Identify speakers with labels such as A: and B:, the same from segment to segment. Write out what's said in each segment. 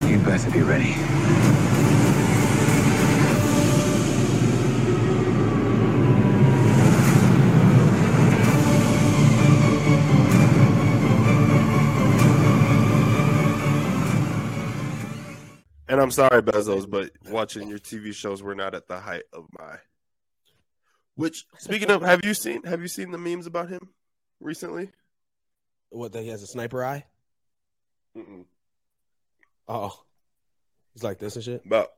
A: Take breath if you're ready.
B: And I'm sorry, Bezos, but watching your TV shows were not at the height of my. Which, speaking of, have you seen have you seen the memes about him recently?
C: What that he has a sniper eye?
B: Mm-mm.
C: Oh, he's like this and shit.
B: About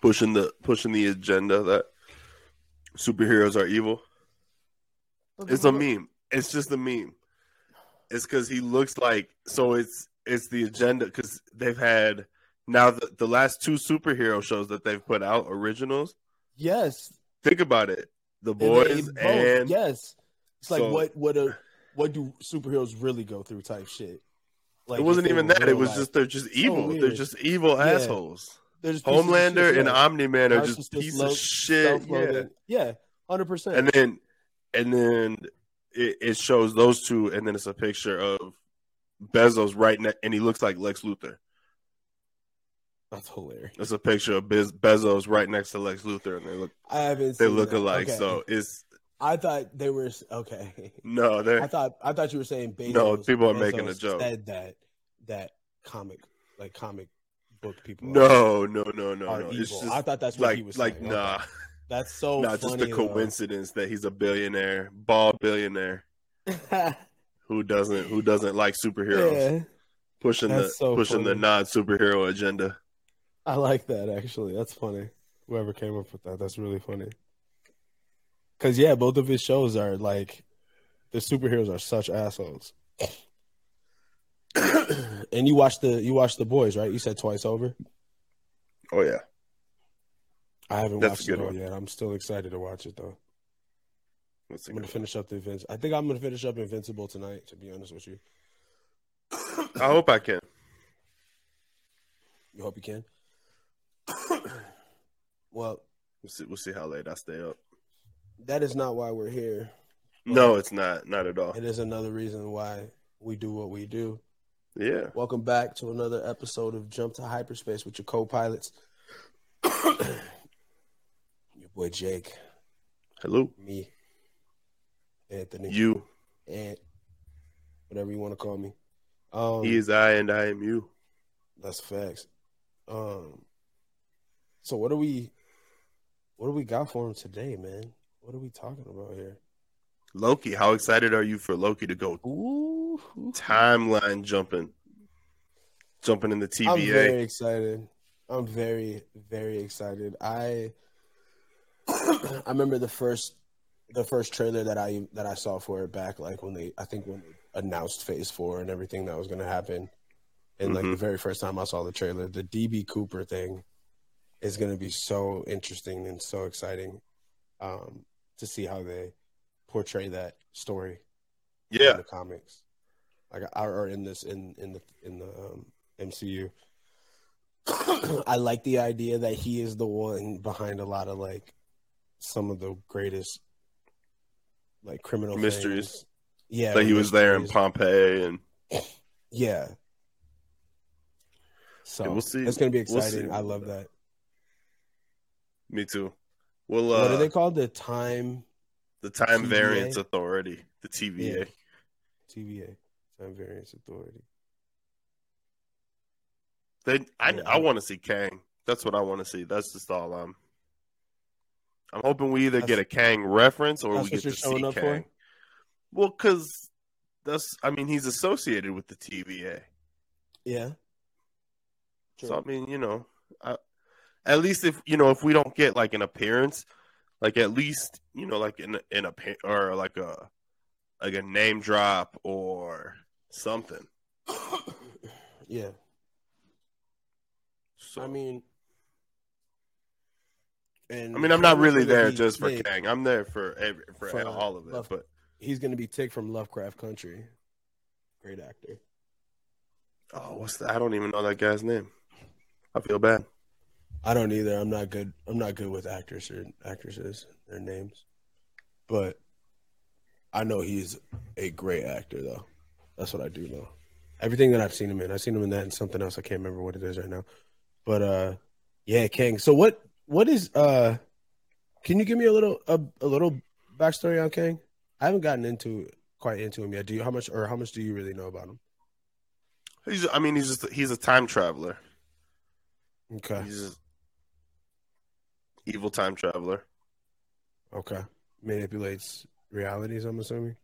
B: pushing the pushing the agenda that superheroes are evil. It's a meme. It's just a meme. It's because he looks like so. It's it's the agenda because they've had now the, the last two superhero shows that they've put out originals.
C: Yes,
B: Think about it, the
C: And they-
B: boys and,
C: both, yes, it's like
B: so-
C: what what a what do superheroes really go through type shit. Like
B: it wasn't
C: if they
B: even
C: were
B: that.
C: real
B: It was
C: life.
B: just they're just evil. they're
C: weird.
B: just evil
C: Yeah.
B: assholes.
C: They're just pieces of shit,
B: Homelander and
C: yeah.
B: Omni Man are
C: Narcissist,
B: just pieces
C: low-
B: of shit. Yeah.
C: self-loathing. yeah, hundred percent.
B: And then and then it, it shows those two, and then it's a picture of Bezos right next, and he looks like Lex Luthor.
C: That's hilarious.
B: It's a picture of Bez- Bezos right next to Lex Luthor, and they look
C: I haven't.
B: they
C: seen
B: look
C: that.
B: alike.
C: Okay.
B: So it's
C: I thought they were okay.
B: no, they're
C: I thought I thought you were saying Bezos.
B: No, people are making a
C: Bezos
B: joke.
C: Said that that comic like comic book people. are-
B: no, no, no, no,
C: are
B: no.
C: evil.
B: It's just
C: I thought that's what
B: like
C: he was
B: like
C: saying.
B: nah,
C: Okay. That's so
B: nah.
C: funny.
B: Just the
C: though.
B: coincidence that he's a billionaire, bald billionaire. who doesn't who doesn't like superheroes
C: yeah,
B: pushing the
C: that's so
B: pushing the
C: funny.
B: non superhero agenda.
C: I like that actually. That's funny. Whoever came up with that, that's really funny. Cause yeah, both of his shows are like the superheroes are such assholes. and you watch the you watch the boys, right? You said twice over.
B: Oh yeah,
C: I haven't
B: That's a
C: watched it
B: good
C: all
B: one.
C: yet. I'm still excited to watch it though.
B: That's a
C: I'm gonna
B: good
C: finish up the Invinci- I think I'm gonna finish up Invincible tonight. To be honest with you,
B: one. I hope I can.
C: you hope you can. well,
B: We'll see, we'll see how late I stay up.
C: that is not why we're here. Oh.
B: No, it's not not at all.
C: It is another reason why we do what we do.
B: Yeah,
C: Welcome back to another episode of Jump to Hyperspace with your co-pilots. your boy Jake,
B: hello
C: me, Anthony,
B: you.
C: and whatever you want to call me. Um,
B: He is I and I am you.
C: That's facts. Um. So what do we, what do we got for him today, man? What are we talking about here?
B: Loki, how excited are you for Loki to go
C: Ooh,
B: timeline jumping, jumping in the
C: I'm
B: TVA?
C: very excited. I'm very very excited. I I remember the first the first trailer that I that I saw for it back like when they I think when they announced Phase Four and everything that was going to happen, and like the
B: Mhm.
C: very first time I saw the trailer, the DB Cooper thing is going to be so interesting and so exciting um, to see how they portray that story in
B: Yeah,
C: the comics, like are or in this in in the in the um, MCU. I like the idea that he is the one behind a lot of like some of the greatest like criminal
B: Mysteries.
C: things. Yeah,
B: like he was there in
C: mysteries.
B: Pompeii, and
C: Yeah. So
B: Yeah, we'll see.
C: It's gonna be
B: We'll see.
C: exciting. I love that.
B: me too. Well,
C: what are
B: uh,
C: they called? The time
B: the Time
C: TVA?
B: Variance Authority, the TVA.
C: Yeah. TVA, time variance authority.
B: They, I,
C: Yeah.
B: I want to see Kang. That's what I want to see. That's just all I'm. I'm hoping we either get a Kang reference or
C: That's
B: we
C: what
B: get to
C: you're showing
B: see
C: up for?
B: Kang. Well, because that's. I mean, he's associated with the TVA,
C: Yeah.
B: so I mean, you know, I, at least if you know if we don't get like an appearance, like at least you know like an an appear or like a like a name drop or something.
C: yeah.
B: So
C: I mean, and
B: I mean, I'm not really
C: gonna
B: there
C: be
B: just for
C: Tig.
B: Kang. I'm there for every, for,
C: For
B: all of it,
C: Love-
B: but.
C: He's going to be Tick from Lovecraft Country. Great actor.
B: Oh, what's that? I don't even know that guy's name. I feel bad.
C: I don't either. I'm not good. I'm not good with actors or actresses, their names, but I know he's a great actor, though. That's what I do know. everything that I've seen him in. I've seen him in that and something else. I can't remember what it is right now. But uh yeah, King. So what what is uh can you give me a little a, a little backstory on King? I haven't gotten into quite into him yet. Do you how much or how much do you really know about him?
B: He's, I mean, he's just he's a time traveler.
C: Okay.
B: He's just evil time traveler.
C: Okay. Manipulates realities, I'm assuming.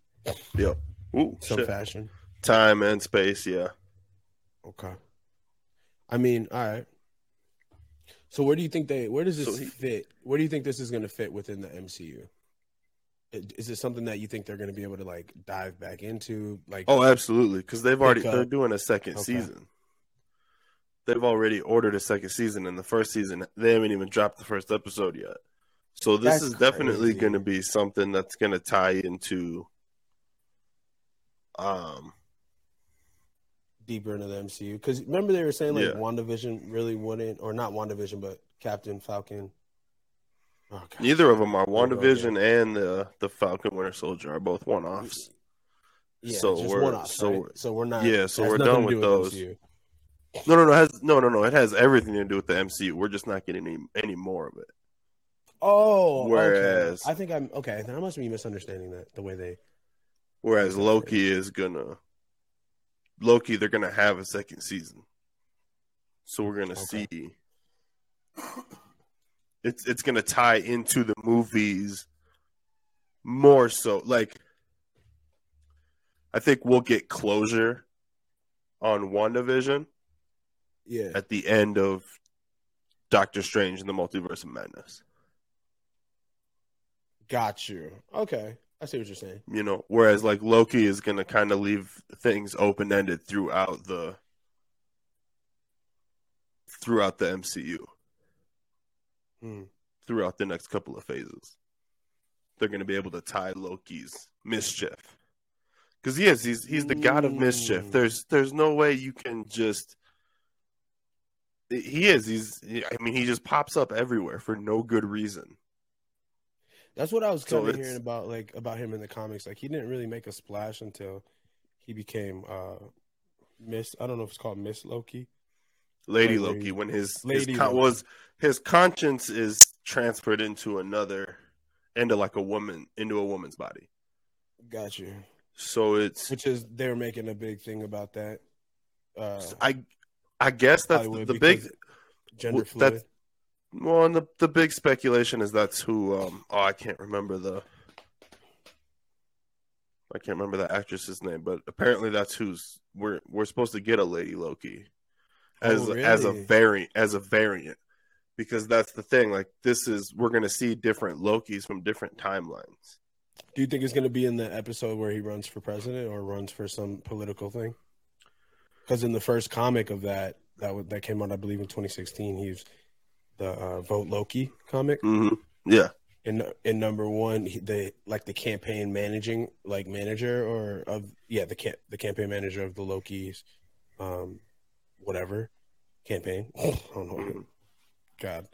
B: Yep. Ooh,
C: Some
B: shit.
C: fashion.
B: Time and space. Yeah.
C: Okay. I mean, all right. So where do you think they where does this
B: So he-
C: fit? Where do you think this is going to fit within the MCU? I- Is it something that you think they're going to be able to like dive back into like
B: Oh, absolutely. Because they've already
C: Pick up.
B: they're doing a second
C: uh, Okay.
B: season. They've already ordered a second season, and the first season they haven't even dropped the first episode yet. So this
C: That's
B: is definitely
C: crazy.
B: going to be something that's going to tie into. Um.
C: deeper into the MCU? Cuz remember they were saying like
B: Yeah.
C: WandaVision really wouldn't or not WandaVision but Captain Falcon. Oh, God.
B: Neither of them are
C: Hold on,
B: WandaVision and the the Falcon Winter Soldier are both one offs.
C: Yeah,
B: So
C: just
B: we're-
C: one off.
B: so
C: So,
B: we're-
C: so we're not.
B: yeah, so
C: Uh, has
B: we're
C: nothing
B: done
C: to
B: with
C: do
B: those.
C: MCU.
B: No, no, no. it Has no, no, no. It has everything to do with the MCU. We're just not getting any any more of it.
C: Oh, okay.
B: Whereas-
C: I think I'm okay. Then I must be misunderstanding that the way they.
B: Whereas Loki is gonna Loki, they're gonna have a second season. So we're gonna
C: Okay.
B: see it's it's gonna tie into the movies more so. Like I think we'll get closure on WandaVision
C: Yeah.
B: at the end of Doctor Strange and the Multiverse of Madness.
C: Got you. Okay. I see what you're saying.
B: you know whereas like loki is going to kind of leave things open ended throughout the throughout the mcu
C: Hmm.
B: throughout the next couple of phases they're going to be able to tie loki's mischief because yes he's he's the god of mischief
C: Mm.
B: there's there's no way you can just he is he's i mean he just pops up everywhere for no good reason
C: That's what I was
B: So
C: kind of
B: it's-
C: hearing about, like about him in the comics. Like he didn't really make a splash until he became uh Miss. I don't know if it's called Miss Loki.
B: Lady
C: Like, where
B: Loki
C: he-
B: when his
C: Lady
B: his con-
C: Loki.
B: was his conscience is transferred into another into like a woman into a woman's body.
C: Got you.
B: So it's
C: Which is they're making a big thing about that. Uh,
B: I I guess that's the,
C: Hollywood
B: the big
C: because gender
B: w- that's-
C: fluid.
B: well and the, the big speculation is that's who um oh I can't remember the I can't remember the actress's name, but apparently that's who's we're we're supposed to get a Lady Loki. as
C: Oh,
B: as a
C: really?
B: variant as a variant because that's the thing like this is we're going to see different lokis from different timelines
C: Do you think it's going to be in the episode where he runs for president or runs for some political thing? Because in the first comic of that that was, that came out, I believe in 2016, he was the uh, Vote Loki comic.
B: mm-hmm. yeah
C: In in number one, he, the like the campaign managing like manager or of yeah the camp the campaign manager of the Loki's, um, whatever campaign. I don't know.
B: Mhm.
C: God,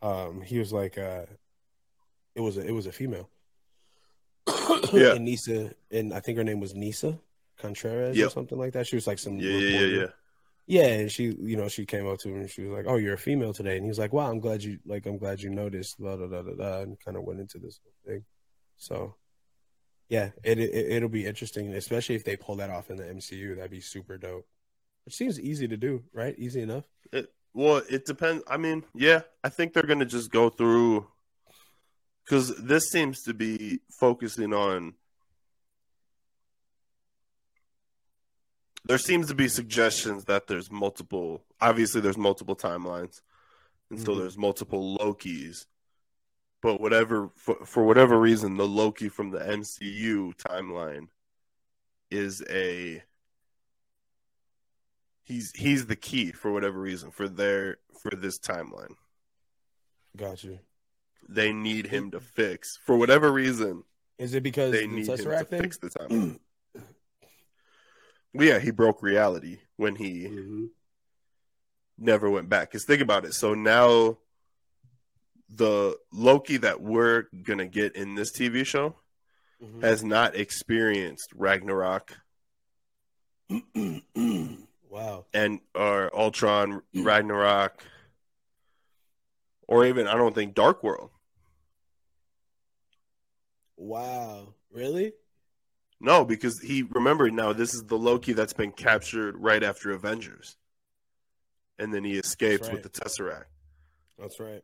C: um, he was like, uh, it was a, it was a female.
B: Yeah.
C: and Nisa, and I think her name was Nisa Contreras or
B: Yep.
C: something like that. She was like some
B: Mm-hmm. yeah yeah yeah yeah
C: yeah, and she, you know, she came up to him and she was like, "Oh, you're a female today," and he was like, "Wow, I'm glad you like, I'm glad you noticed." Da da da da da, and kind of went into this whole thing. So, yeah, it, it it'll be interesting, especially if they pull that off in the MCU. That'd be super dope. Which seems easy to do, right? Easy enough.
B: It, well it depends i mean yeah i think they're going to just go through because this seems to be focusing on there seems to be suggestions that there's multiple obviously there's multiple timelines and so
C: Mhm.
B: there's multiple lokis but whatever for, for whatever reason the loki from the mcu timeline is a he's he's the key for whatever reason for their for this timeline
C: Got you.
B: they need him to fix for whatever reason
C: Is it because
B: they
C: the
B: need him to
C: Tesseract thing?
B: fix the timeline Well, yeah he broke reality when he
C: Mm-hmm.
B: never went back. Because think about it. So now the Loki that we're gonna get in this TV show
C: Mhm.
B: has not experienced Ragnarok
C: Mm-hmm. wow.
B: and or Ultron, Ragnarok, or even I don't think Dark World.
C: Wow. Really?
B: No, because he remember now this is the Loki that's been captured right after Avengers, and then he escapes
C: right.
B: with the Tesseract.
C: That's right.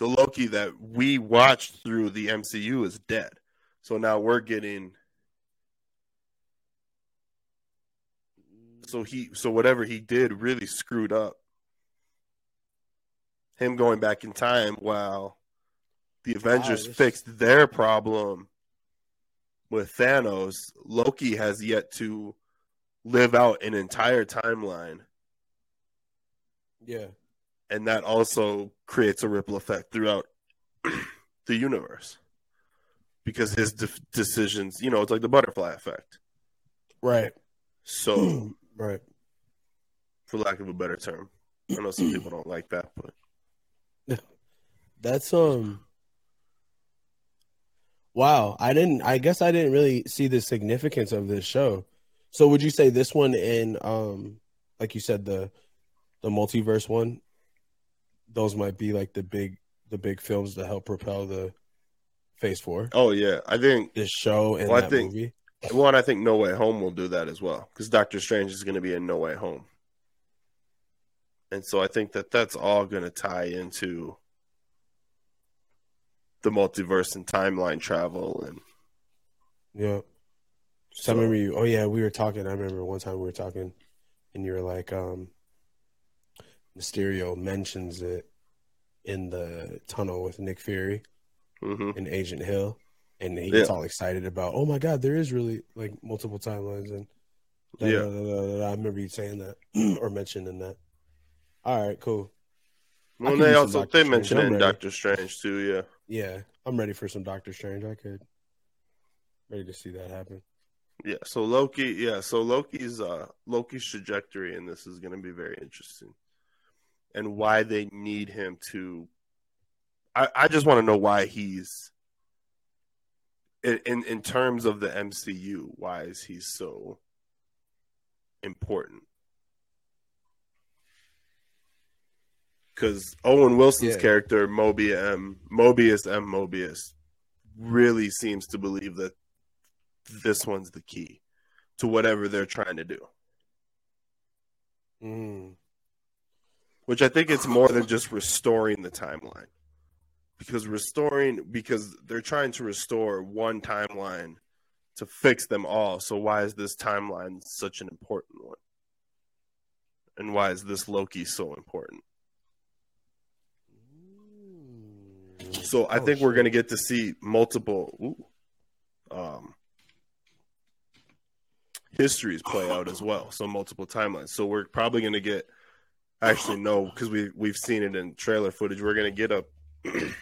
B: The Loki that we watched through the MCU is dead, so now we're getting so he so whatever he did really screwed up him going back in time while the avengers
C: this-
B: fixed their problem with thanos loki has yet to live out an entire timeline
C: Yeah.
B: and that also creates a ripple effect throughout the universe because his de- decisions you know it's like the butterfly effect
C: Right.
B: so
C: right.
B: for lack of a better term i know some people don't like that but
C: That's um Wow, I didn't I guess I didn't really see the significance of this show. So would you say this one and um like you said the the multiverse one those might be like the big the big films that help propel the phase 4
B: Oh yeah, I think
C: this show and
B: Well, I
C: that
B: think-
C: movie.
B: one. I think No Way Home will do that as well because Doctor Strange is going to be in No Way Home, and so I think that that's all going to tie into the multiverse and timeline travel. And
C: Yeah. So I remember you. Oh yeah, we were talking. I remember one time we were talking, and you were like, um, "Mysterio mentions it in the tunnel with Nick Fury
B: Mhm.
C: and Agent Hill, and he gets
B: Yeah.
C: all excited about, oh my god, there is really like multiple timelines." And da,
B: Yeah.
C: da, da, da, da, da. I remember you saying that or mentioning that. All right, cool. I
B: well,
C: could
B: they
C: use some
B: also
C: Doctor
B: they mentioned
C: Strange.
B: it in
C: I'm ready.
B: Doctor Strange too. Yeah,
C: Yeah, I'm ready for some Doctor Strange. I could ready to see that happen.
B: yeah. So Loki, yeah. So Loki's uh Loki's trajectory in this is going to be very interesting, and why they need him to. I I just want to know why he's in, in in terms of the MCU, why is he so important? Because Owen Wilson's
C: Yeah.
B: character Mobius M. Mobius M. Mobius really seems to believe that this one's the key to whatever they're trying to do.
C: Mm.
B: Which I think it's more than just restoring the timeline. Because restoring because they're trying to restore one timeline to fix them all. So why is this timeline such an important one? And why is this Loki so important? So I
C: Oh,
B: think we're
C: shit.
B: going to get to see multiple ooh, um, histories play out as well. So multiple timelines. So we're probably going to get actually no because we we've seen it in trailer footage. We're going to get a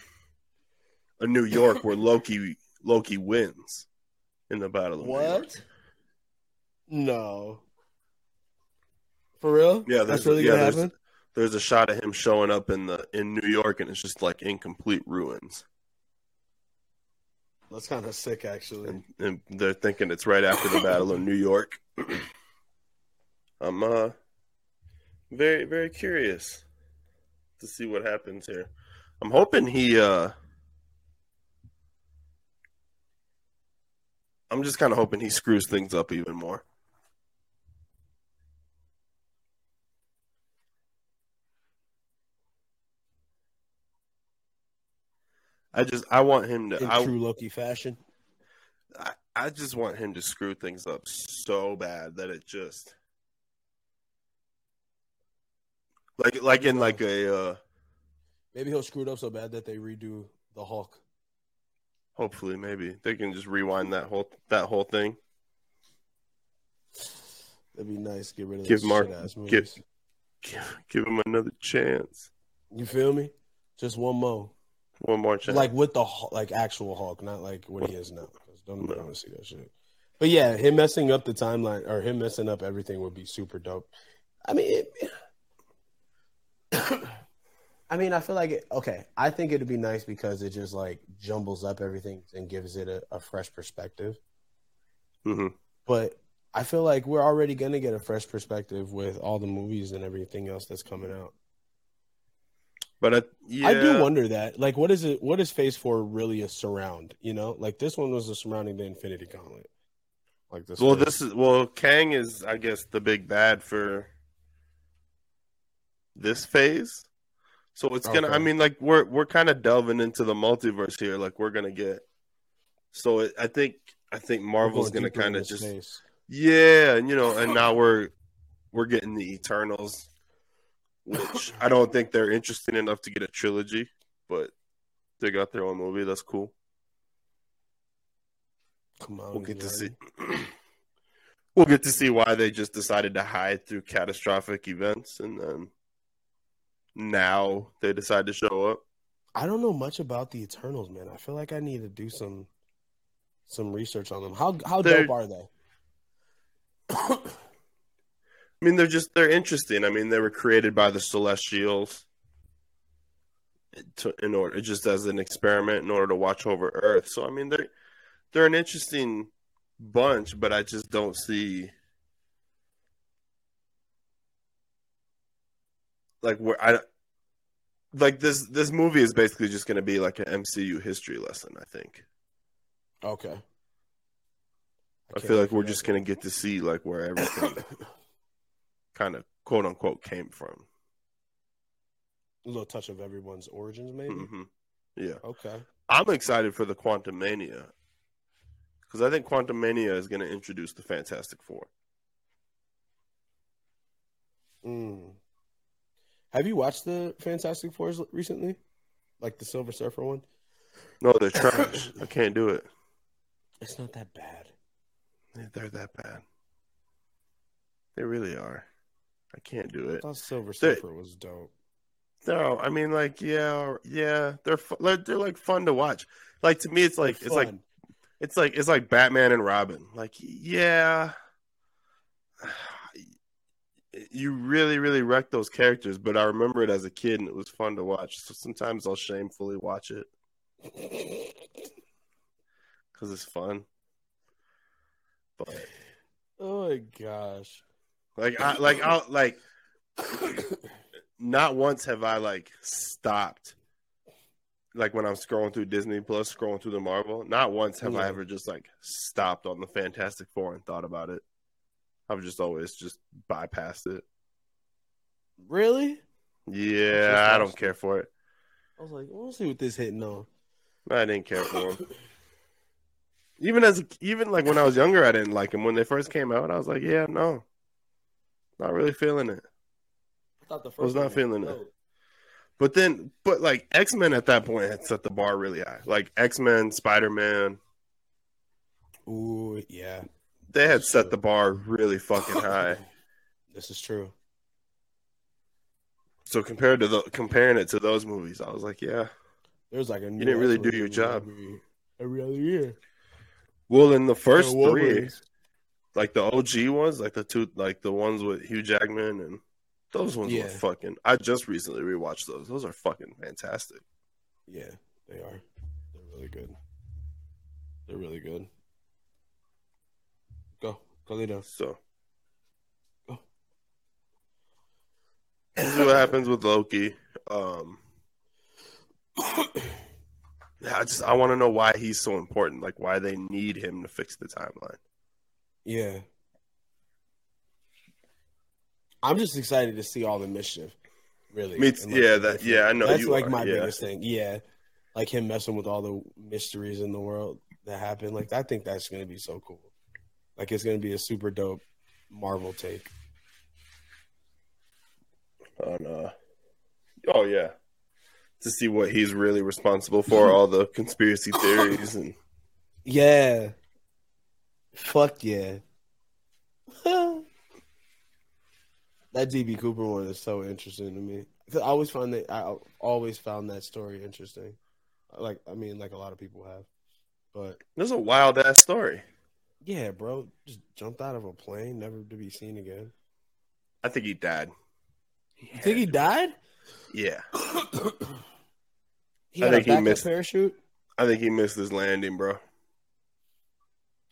B: a New York where Loki Loki wins in the Battle of New York.
C: What? No. For real?
B: Yeah,
C: that's
B: there's-
C: really
B: yeah,
C: gonna
B: there's-
C: happen.
B: There's a shot of him showing up in the in New York and it's just like incomplete ruins.
C: That's kind of sick, actually.
B: and, and they're thinking it's right after the Battle of New York. I'm uh very very curious to see what happens here. I'm hoping he uh I'm just kind of hoping he screws things up even more. I just I want him to
C: In
B: I
C: true Loki fashion.
B: I, I just want him to screw things up so bad that it just like like in like a uh
C: Maybe he'll screw it up so bad that they redo the Hulk.
B: hopefully maybe they can just rewind that whole that whole thing.
C: That'd be nice. Get rid of
B: Give
C: those
B: Mark-
C: shit-ass movies.
B: give- Give, give him another chance.
C: You feel me? Just one more,
B: One more chance.
C: like with the Hul- like actual Hulk, not like what he is now. 'Cause Don't
B: No.
C: want to see that shit. But yeah, him messing up the timeline or him messing up everything would be super dope. I mean, it, I mean, I feel like it. Okay, I think it'd be nice because it just like jumbles up everything and gives it a, a fresh perspective.
B: hmm
C: But I feel like we're already gonna get a fresh perspective with all the movies and everything else that's coming out.
B: But I, yeah,
C: I do wonder that. Like, what is it? What is Phase Four really a surround? You know, like this one was a surrounding the Infinity Gauntlet. Like this.
B: Well,
C: one.
B: this is well, Kang is I guess the big bad for this phase. So it's gonna. I
C: Okay.
B: mean, like we're we're kind of delving into the multiverse here. Like we're gonna get. So it, I think I think
C: We're
B: Marvel's
C: going
B: gonna
C: deeper
B: kind of
C: into
B: just
C: space.
B: yeah, and you know, and now we're we're getting the Eternals, which I don't think they're interesting enough to get a trilogy, but they got their own movie. That's cool.
C: Come on,
B: We'll get to see.
C: Giardi.
B: We'll get to see why they just decided to hide through catastrophic events, and then now they decide to show up.
C: I don't know much about the Eternals, man. I feel like I need to do some some research on them. How how
B: They're-
C: dope are they?
B: I mean, they're just they're interesting. I mean, they were created by the Celestials to, in order just as an experiment in order to watch over Earth. So I mean, they're they're an interesting bunch, but I just don't see like where I like this this movie is basically just going to be like an MCU history lesson. I think.
C: okay.
B: I feel like we're just going to get to see like where everything kind of quote unquote came from.
C: a little touch of everyone's origins, maybe.
B: hmm Yeah.
C: Okay.
B: I'm excited for the Quantum Mania because I think Quantum Mania is going to introduce the Fantastic Four.
C: Mm. Have you watched the Fantastic Fours recently? Like the Silver Surfer one?
B: No, they're trash. I can't do it.
C: It's not that bad.
B: They're that bad. They really are. I can't do
C: I
B: it.
C: thought Silver
B: They-
C: Surfer was dope.
B: No, I mean, like, yeah, yeah, they're fu- like, they're like fun to watch. Like to me, it's like
C: They're
B: it's like
C: fun.
B: it's like it's like Batman and Robin. Like, yeah, you really, really wrecked those characters. But I remember it as a kid, and it was fun to watch. So sometimes I'll shamefully watch it because it's fun. But
C: oh my gosh.
B: like, I like I will like not once have I like stopped. Like when I'm scrolling through Disney Plus, scrolling through the Marvel, not once have I
C: Yeah.
B: ever just like stopped on the Fantastic Four and thought about it. I've just always just bypassed it.
C: really?
B: Yeah, I don't
C: awesome.
B: care for it.
C: I was like, let's see what this hitting on.
B: I didn't care for them. Even as even like when I was younger, I didn't like them. When they first came out, I was like, yeah, no, not really feeling it.
C: I thought the first
B: was not
C: one
B: feeling it.
C: dope.
B: But then, but like X Men at that point had set the bar really high. Like X Men, Spider Man,
C: Ooh, yeah.
B: they had set the bar really fucking high.
C: This is true.
B: So compared to the comparing it to those movies, I was like, yeah.
C: There was like a
B: didn't really do your job.
C: Every other year.
B: Well, in the first
C: Yeah,
B: three,
C: Wolverines.
B: like the OG ones, like the two, like the ones with Hugh Jackman and those ones
C: Yeah.
B: were fucking. I just recently rewatched those. Those are fucking fantastic.
C: Yeah, they are. They're really good. They're really good. Go, go lay down.
B: So
C: Oh.
B: this is what happens with Loki. Um, yeah, I just I want to know why he's so important. Like why they need him to fix the timeline.
C: Yeah. I'm just excited to see all the mischief. Really.
B: Me too-
C: And, like,
B: yeah,
C: the
B: that-
C: different-
B: yeah, I know
C: That's
B: you
C: like
B: are,
C: my
B: yeah.
C: biggest thing. Yeah. Like him messing with all the mysteries in the world that happen. Like I think that's gonna be so cool. Like it's gonna be a super dope Marvel take.
B: On uh, oh yeah, to see what he's really responsible for, all the conspiracy theories and
C: Yeah. Fuck yeah. that DB Cooper one is so interesting to me. 'Cause I always find that I always found that story interesting. Like I mean, like a lot of people have, but
B: there's a wild ass story.
C: yeah, bro, just jumped out of a plane, never to be seen again.
B: I think he died.
C: You think he died?
B: Yeah,
C: he
B: I
C: had a
B: think he
C: backup
B: missed-
C: parachute.
B: I think he missed his landing, bro.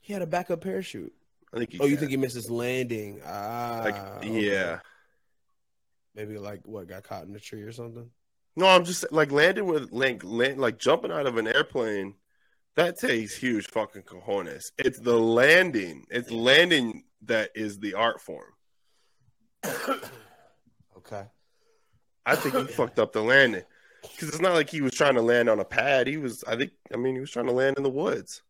C: He had a backup parachute.
B: I think. He
C: Oh, you
B: can.
C: think he missed his landing? Ah,
B: Like,
C: okay.
B: yeah.
C: Maybe like what got caught in a tree or something.
B: No, I'm just like landing with like land, like jumping out of an airplane. That takes huge fucking cojones. It's the landing. It's landing that is the art form.
C: Okay.
B: I think he fucked up the landing because it's not like he was trying to land on a pad. He was, I think, I mean, he was trying to land in the woods.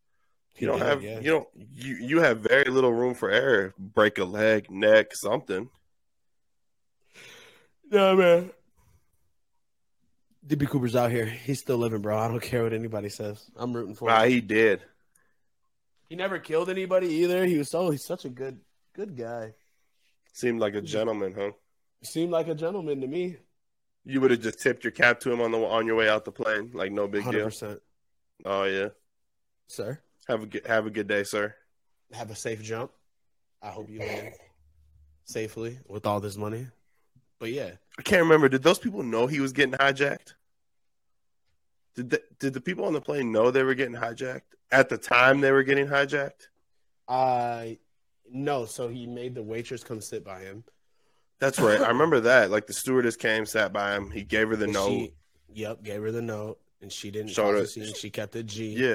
B: You don't
C: Yeah,
B: have,
C: yeah.
B: you don't, you you have very little room for error. Break a leg, neck, something.
C: Yeah, man. DB Cooper's out here. He's still living, bro. I don't care what anybody says. I'm rooting for
B: Nah,
C: him.
B: he did.
C: He never killed anybody either. He was so he's such a good good guy.
B: Seemed like a gentleman, huh?
C: Seemed like a gentleman to me.
B: You would have just tipped your cap to him on the on your way out the plane, like no big deal.
C: 100%.
B: Oh yeah.
C: Sir,
B: Have a good have a good day, sir.
C: have a safe jump. I hope you land safely with all this money. But yeah,
B: I can't remember. Did those people know he was getting hijacked? Did the, did the people on the plane know they were getting hijacked at the time they were getting hijacked?
C: I no, so he made the waitress come sit by him.
B: That's right. I remember that. Like the stewardess came, sat by him. He gave her the
C: And
B: note.
C: she- yep, gave her the note and she didn't
B: Showed
C: cause a
B: her-
C: scene. She kept it G.
B: yeah,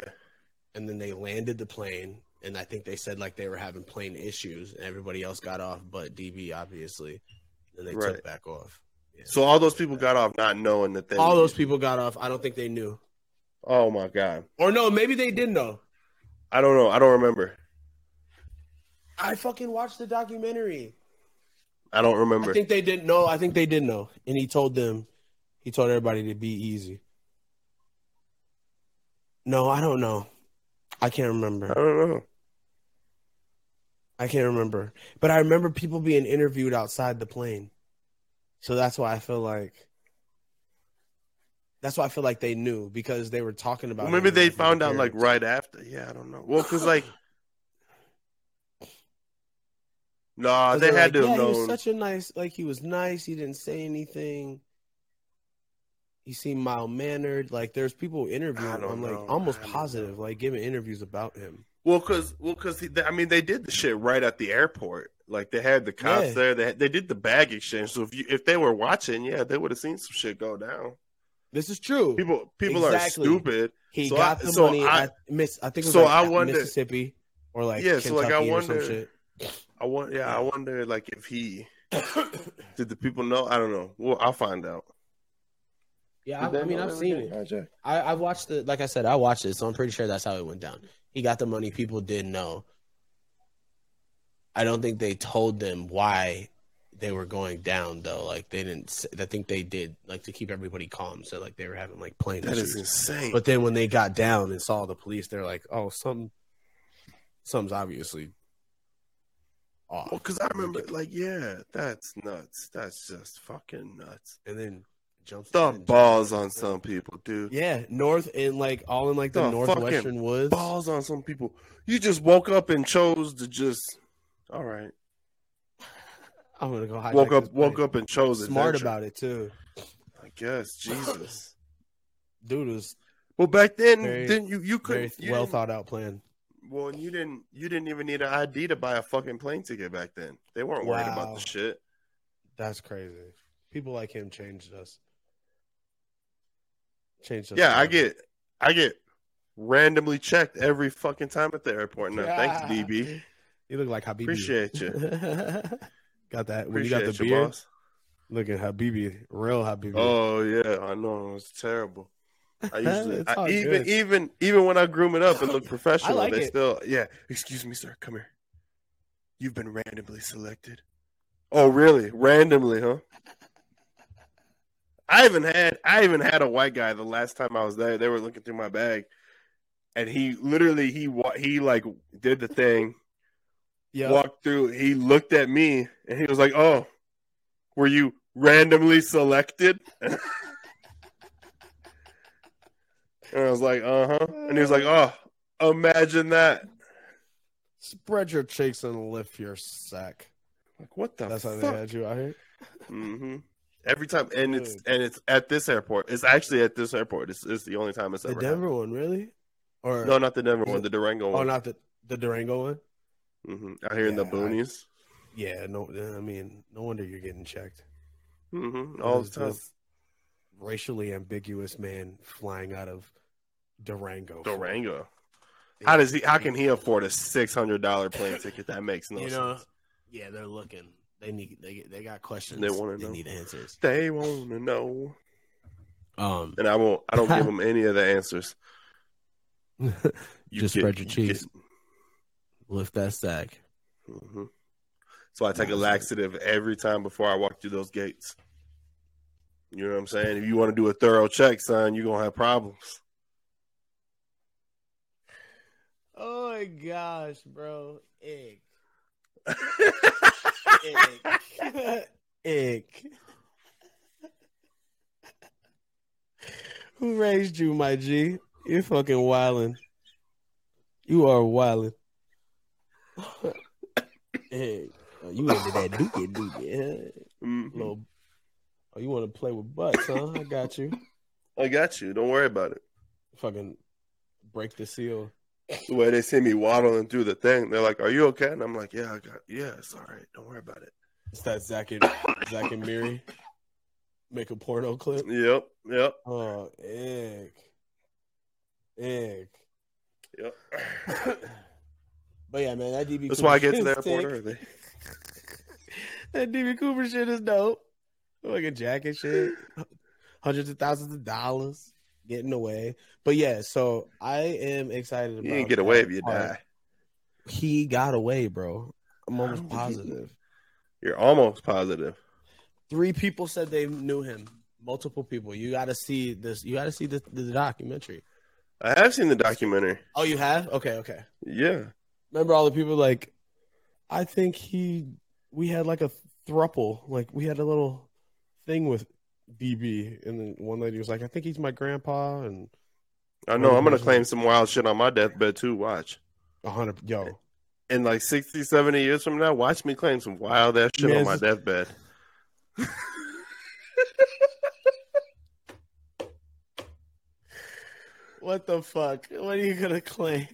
C: and then they landed the plane and i think they said like they were having plane issues and everybody else got off but db obviously and they took
B: Right.
C: back off Yeah.
B: So all those people got off not knowing that they.
C: all those people got off i don't think they knew
B: Oh my god!
C: or no maybe they did know
B: I don't know. I don't remember.
C: i fucking watched the documentary
B: I don't
C: i
B: remember.
C: think they didn't know i think they did know and he told them he told everybody to be easy no i don't know i can't remember
B: I don't know.
C: I can't remember, but I remember people being interviewed outside the plane. So that's why I feel like that's why I feel like they knew because they were talking about.
B: Well,
C: it
B: maybe
C: and
B: they
C: like,
B: found out like
C: parents.
B: right after. Yeah, I don't know. Well, because like, nah,
C: 'Cause
B: they
C: they're like,
B: had to
C: yeah,
B: have known.
C: He was such a nice, like he was nice. He didn't say anything. He seemed mild mannered. Like there's people interviewing.
B: I don't
C: I'm like
B: know.
C: almost
B: I don't
C: positive, like giving interviews about him.
B: Well, cause well, cause he, I mean, they did the shit right at the airport. Like they had the cops
C: Yeah.
B: there. They they did the bag exchange. So if you if they were watching, yeah, they would have seen some shit go down.
C: This is true.
B: People people
C: Exactly.
B: are stupid.
C: he
B: so
C: got
B: I-
C: the
B: so
C: money
B: I-
C: at Miss. I think it was
B: so
C: like
B: I
C: at
B: wonder-
C: Mississippi or like
B: Yeah,
C: Kentucky
B: so, like, I
C: or some
B: wonder-
C: shit.
B: I want yeah, I wonder like if he did the people know. I don't know. Well, I'll find out.
C: Yeah, I, I mean, I've seen it. I, I've watched it. Like I said, I watched it, so I'm pretty sure that's how it went down. He got the money. People didn't know. I don't think they told them why they were going down, though. Like they didn't. s- I think they did, like to keep everybody calm. So like they were having like plane
B: That is
C: issues.
B: insane.
C: But then when they got down and saw the police, they're like, "Oh, some, something's obviously off."
B: well, cause I remember like yeah, that's nuts. That's just fucking nuts.
C: and then jumps
B: The
C: and then jumps-
B: balls on some people, dude.
C: Yeah, north and like all in like the,
B: The fucking
C: northwestern woods.
B: Balls on some people. You just woke up and chose to just. All right.
C: I'm gonna go.
B: woke up, woke up, and chose
C: smart
B: adventure.
C: about it too.
B: I guess Jesus.
C: Dude was
B: well, back then,
C: Very-
B: didn't you? You
C: very
B: couldn't. You
C: well
B: didn't-
C: thought out plan.
B: Well, and you didn't. You didn't even need an ID to buy a fucking plane ticket back then. They weren't worried about
C: Wow.
B: the shit.
C: That's crazy. People like him changed us. Changed us.
B: yeah, I
C: forever.
B: get. I get randomly checked every fucking time at the airport now.
C: Yeah.
B: Thanks, DB.
C: You look like Habibi.
B: Appreciate you.
C: got that. When you
B: Appreciate
C: got the
B: you,
C: beard,
B: boss.
C: look at Habibi, real Habibi.
B: Oh yeah, I know it's terrible. I usually
C: It's all
B: I, even
C: good.
B: even even when I groom it up and look professional,
C: like
B: they
C: it.
B: still yeah. Excuse me, sir. Come here. You've been randomly selected. Oh really? Randomly, huh? I even had I even had a white guy the last time I was there. They were looking through my bag, and he literally he wa- he like did the thing,
C: yeah.
B: walked through. He looked at me and he was like, "Oh, were you randomly selected?" and I was like, "Uh huh." And he was like, "Oh, imagine that."
C: Eh, Spread your cheeks and lift your sack.
B: Like, what the
C: That's how
B: fuck?
C: they had you out here.
B: hmm Every time, and it's and it's at this airport. It's actually at this airport. It's, it's the only time it's
C: The
B: ever.
C: Denver one, really? Or
B: happened. No, not the Denver
C: Is
B: one.
C: it-
B: The Durango
C: oh,
B: one.
C: not the the Durango one.
B: hmm Out here in the
C: Yeah, I-
B: boonies.
C: Yeah, no, I mean, no wonder you're getting checked.
B: hmm All
C: Those
B: the time.
C: just Racially ambiguous man flying out of Durango.
B: Durango. How does he? How can he afford a six hundred dollar plane ticket? That makes no
C: you know?
B: sense.
C: Yeah, they're looking. They need. They they got questions.
B: They wanna know.
C: need answers.
B: They want to know,
C: Um,
B: and I won't. I don't give them any of the answers.
C: Just spread your cheese. lift that sack.
B: hmm So I take a laxative every time before I walk through those gates. You know what I'm saying? If you want to do a thorough check, son, you're gonna have problems.
C: Oh my gosh, bro! Ick, ick, ick. Who raised you, my G? You're fucking wildin'. You are wildin'. Ick. Oh, you into that dookie dookie? Huh?
B: Mhm.
C: Little. Oh, you want to play with butts, huh? I got you.
B: I got you. Don't worry about it.
C: Fucking break the seal.
B: The way they see me waddling through the thing, they're like, "Are you okay?" And I'm like, "Yeah, I got. Yeah, it's all right. Don't worry about it."
C: It's that Zach and Zach and Miri make a porno clip.
B: Yep. Yep.
C: Oh, ick, ick.
B: Yep.
C: But yeah, man, that DB.
B: That's
C: Cooper
B: why I get to
C: shit's
B: the
C: sick.
B: airport early.
C: That DB Cooper shit is dope. Like a jacket shit, hundreds of thousands of dollars getting away. But yeah, so I am excited.
B: You
C: about
B: didn't get away
C: that
B: if you
C: part.
B: die.
C: He got away, bro. I'm
B: How
C: almost
B: did he-
C: positive.
B: You're almost positive.
C: three people said they knew him multiple people you got to see this you got to see the, the documentary
B: I have seen the documentary.
C: oh you have okay okay
B: Yeah.
C: remember all the people like i think he we had like a thruple like we had a little thing with db and then one lady was like i think he's my grandpa and
B: I know. I'm gonna
C: Mhm.
B: claim some wild shit on my deathbed too. Watch.
C: 100 yo
B: And like 60, 70 years from now, watch me claim some wild ass shit on
C: Yes.
B: my deathbed.
C: what the fuck what are you gonna claim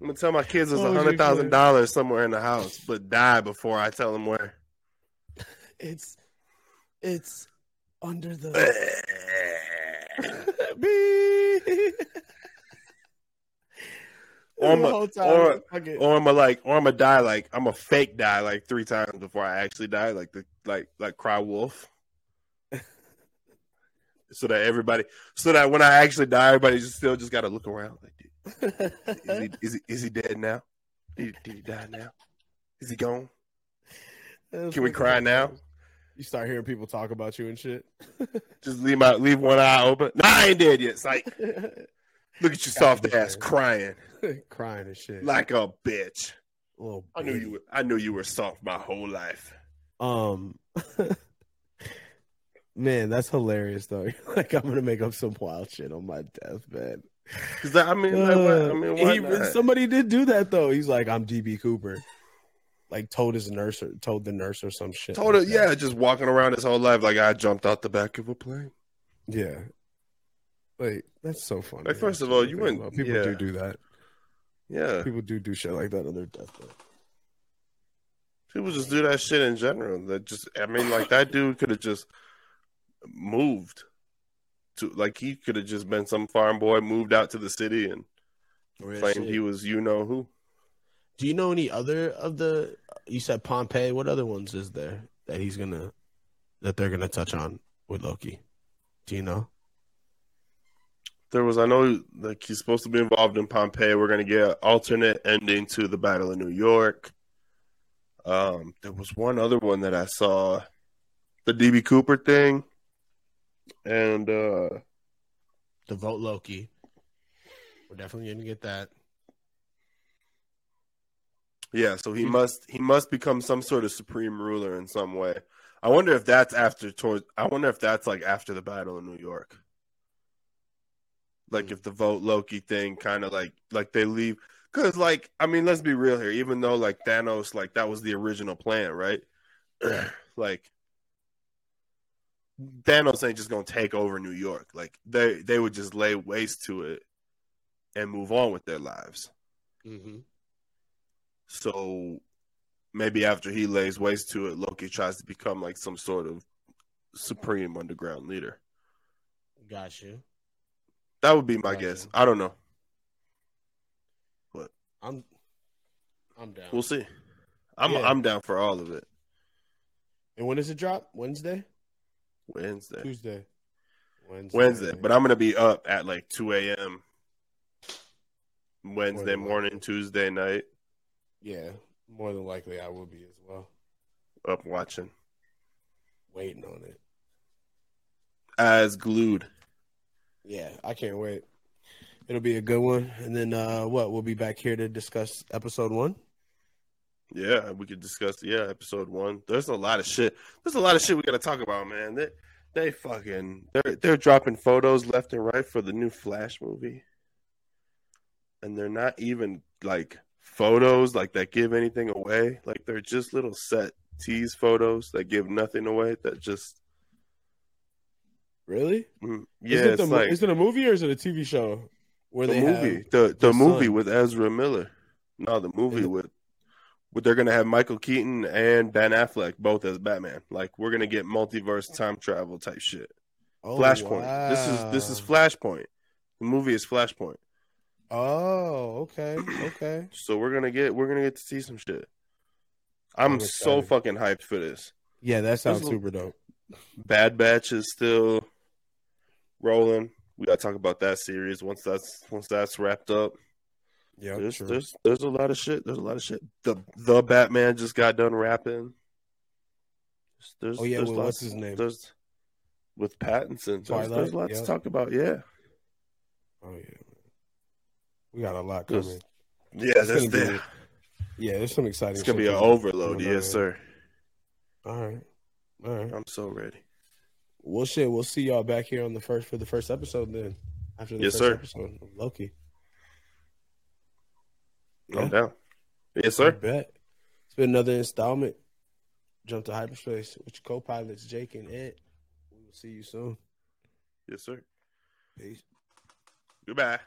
B: I'm gonna tell my kids it's
C: What
B: a
C: would Oh, you
B: hundred thousand dollars somewhere in the house, but die before I tell them where.
C: it's it's under the Beep.
B: Or
C: the
B: my-
C: whole time,
B: or-
C: fucking-
B: or I'm a like, or I'm a die like I'm a fake die like three times before I actually die, like the like like cry wolf. so that everybody, so that when I actually die, everybody just still just got to look around. Like, dude, is he is he, is he dead now? Did, did he die now? Is he gone? Can we cry now?
C: You start hearing people talk about you and shit.
B: Just leave my leave one eye open. Nah, I ain't dead yet. It's like, look at your soft
C: Goddamn.
B: ass crying
C: Crying and shit. Oh,
B: like a bitch.
C: Little
B: I knew
C: baby.
B: you. Were, I knew you were soft my whole life.
C: Um, man, that's hilarious though. like I'm gonna make up some wild shit on my deathbed.
B: Cause I mean, like, what, I
C: Uh,
B: mean,
C: he-
B: why not?
C: somebody did do that though. He's like, I'm DB Cooper. Like told his nurse or told the nurse or some shit.
B: Told her,
C: like that.
B: yeah, just walking around his whole life like I jumped out the back of a plane.
C: Yeah. Like that's so funny.
B: Like, first of
C: actually,
B: all,
C: to
B: you
C: think
B: wouldn't-
C: about. people
B: yeah.
C: do do that.
B: Yeah,
C: People do do shit like that on their deathbed.
B: people just do that shit in general. That just, I mean, like that dude could have just moved to, like he could have just been some farm boy, moved out to the city, and claimed he was you know who.
C: Do you know any other of the? You said Pompeii. What other ones is there that he's gonna that they're gonna touch on with Loki? Do you know?
B: There was, I know, like he's supposed to be involved in Pompeii. We're gonna get an alternate ending to the Battle of New York. Um, there was one other one that I saw, the DB Cooper thing, and uh,
C: The vote Loki. We're definitely gonna get that.
B: yeah. So he
C: Hmm.
B: must he must become some sort of supreme ruler in some way. I wonder if that's after towards. I wonder if that's like after the Battle of New York. Like
C: Hmm.
B: if the vote Loki thing kind of like like they leave because like I mean let's be real here. Even though like Thanos like that was the original plan, right? like Thanos ain't just gonna take over New York. Like they they would just lay waste to it and move on with their lives.
C: Mm-hmm.
B: So maybe after he lays waste to it, Loki tries to become like some sort of supreme underground leader.
C: Got you.
B: That would be my
C: Gotcha.
B: guess. I don't know.
C: I'm I'm down.
B: We'll see. I'm
C: Yeah.
B: I'm down for all of it.
C: and when does it drop? Wednesday?
B: Wednesday.
C: Tuesday. Wednesday.
B: Wednesday, but I'm gonna be up at like 2 a.m. Wednesday
C: than
B: morning,
C: likely.
B: Tuesday night,
C: yeah, more than likely I will be as well.
B: up watching
C: Waiting on it.
B: as glued.
C: Yeah, I can't wait. It'll be a good one. And then uh what? We'll be back here to discuss episode one.
B: Yeah, we could discuss. Yeah, episode one. There's a lot of shit. There's a lot of shit we gotta talk about, man. They they fucking they're they're dropping photos left and right for the new Flash movie, and they're not even like photos like that give anything away. Like they're just little set tease photos that give nothing away. That just
C: Really?
B: mm,
C: Is
B: yeah,
C: it
B: it's
C: the mo-
B: like
C: is it a movie or is it a TV show? Where
B: the
C: they
B: movie,
C: have-
B: the the
C: his
B: movie
C: son.
B: with Ezra Miller. No, the movie
C: And the-
B: with, with they're gonna have Michael Keaton and Ben Affleck both as Batman. Like we're gonna get multiverse time travel type shit.
C: Oh,
B: Flashpoint. This is this is
C: wow.
B: Flashpoint. The movie is Flashpoint.
C: Oh, okay, okay.
B: So we're gonna get we're gonna get to see some shit. I'm,
C: I'm
B: so
C: excited.
B: fucking hyped for this.
C: Yeah, that sounds
B: This-
C: super dope.
B: Bad Batch is still rolling. We gotta talk about that series once that's once that's wrapped up.
C: Yeah,
B: There's, there's there's a lot of shit. There's a lot of shit. The the Batman just got done rapping. There's,
C: Oh, yeah,
B: there's
C: well,
B: lots-
C: what's his name?
B: There's with Pattinson. There's,
C: Twilight,
B: there's lots
C: yeah.
B: to talk about. Yeah,
C: Oh yeah, we got a lot
B: There's-
C: coming.
B: yeah.
C: It's
B: That's
C: gonna
B: the.
C: be- Yeah, there's some exciting.
B: It's gonna be
C: shit
B: an
C: coming.
B: overload.
C: coming out
B: Yes,
C: of
B: sir.
C: All right, all right.
B: I'm so ready.
C: Well, shit, we'll see y'all back here on the first for the first episode then. After the
B: Yes,
C: first
B: sir.
C: episode of Loki. Yeah.
B: I'm down. Yes,
C: I
B: sir.
C: bet it's been another installment. Jump to hyperspace with your co-pilots Jake and Ed. We will see you soon.
B: Yes, sir.
C: Peace.
B: Goodbye.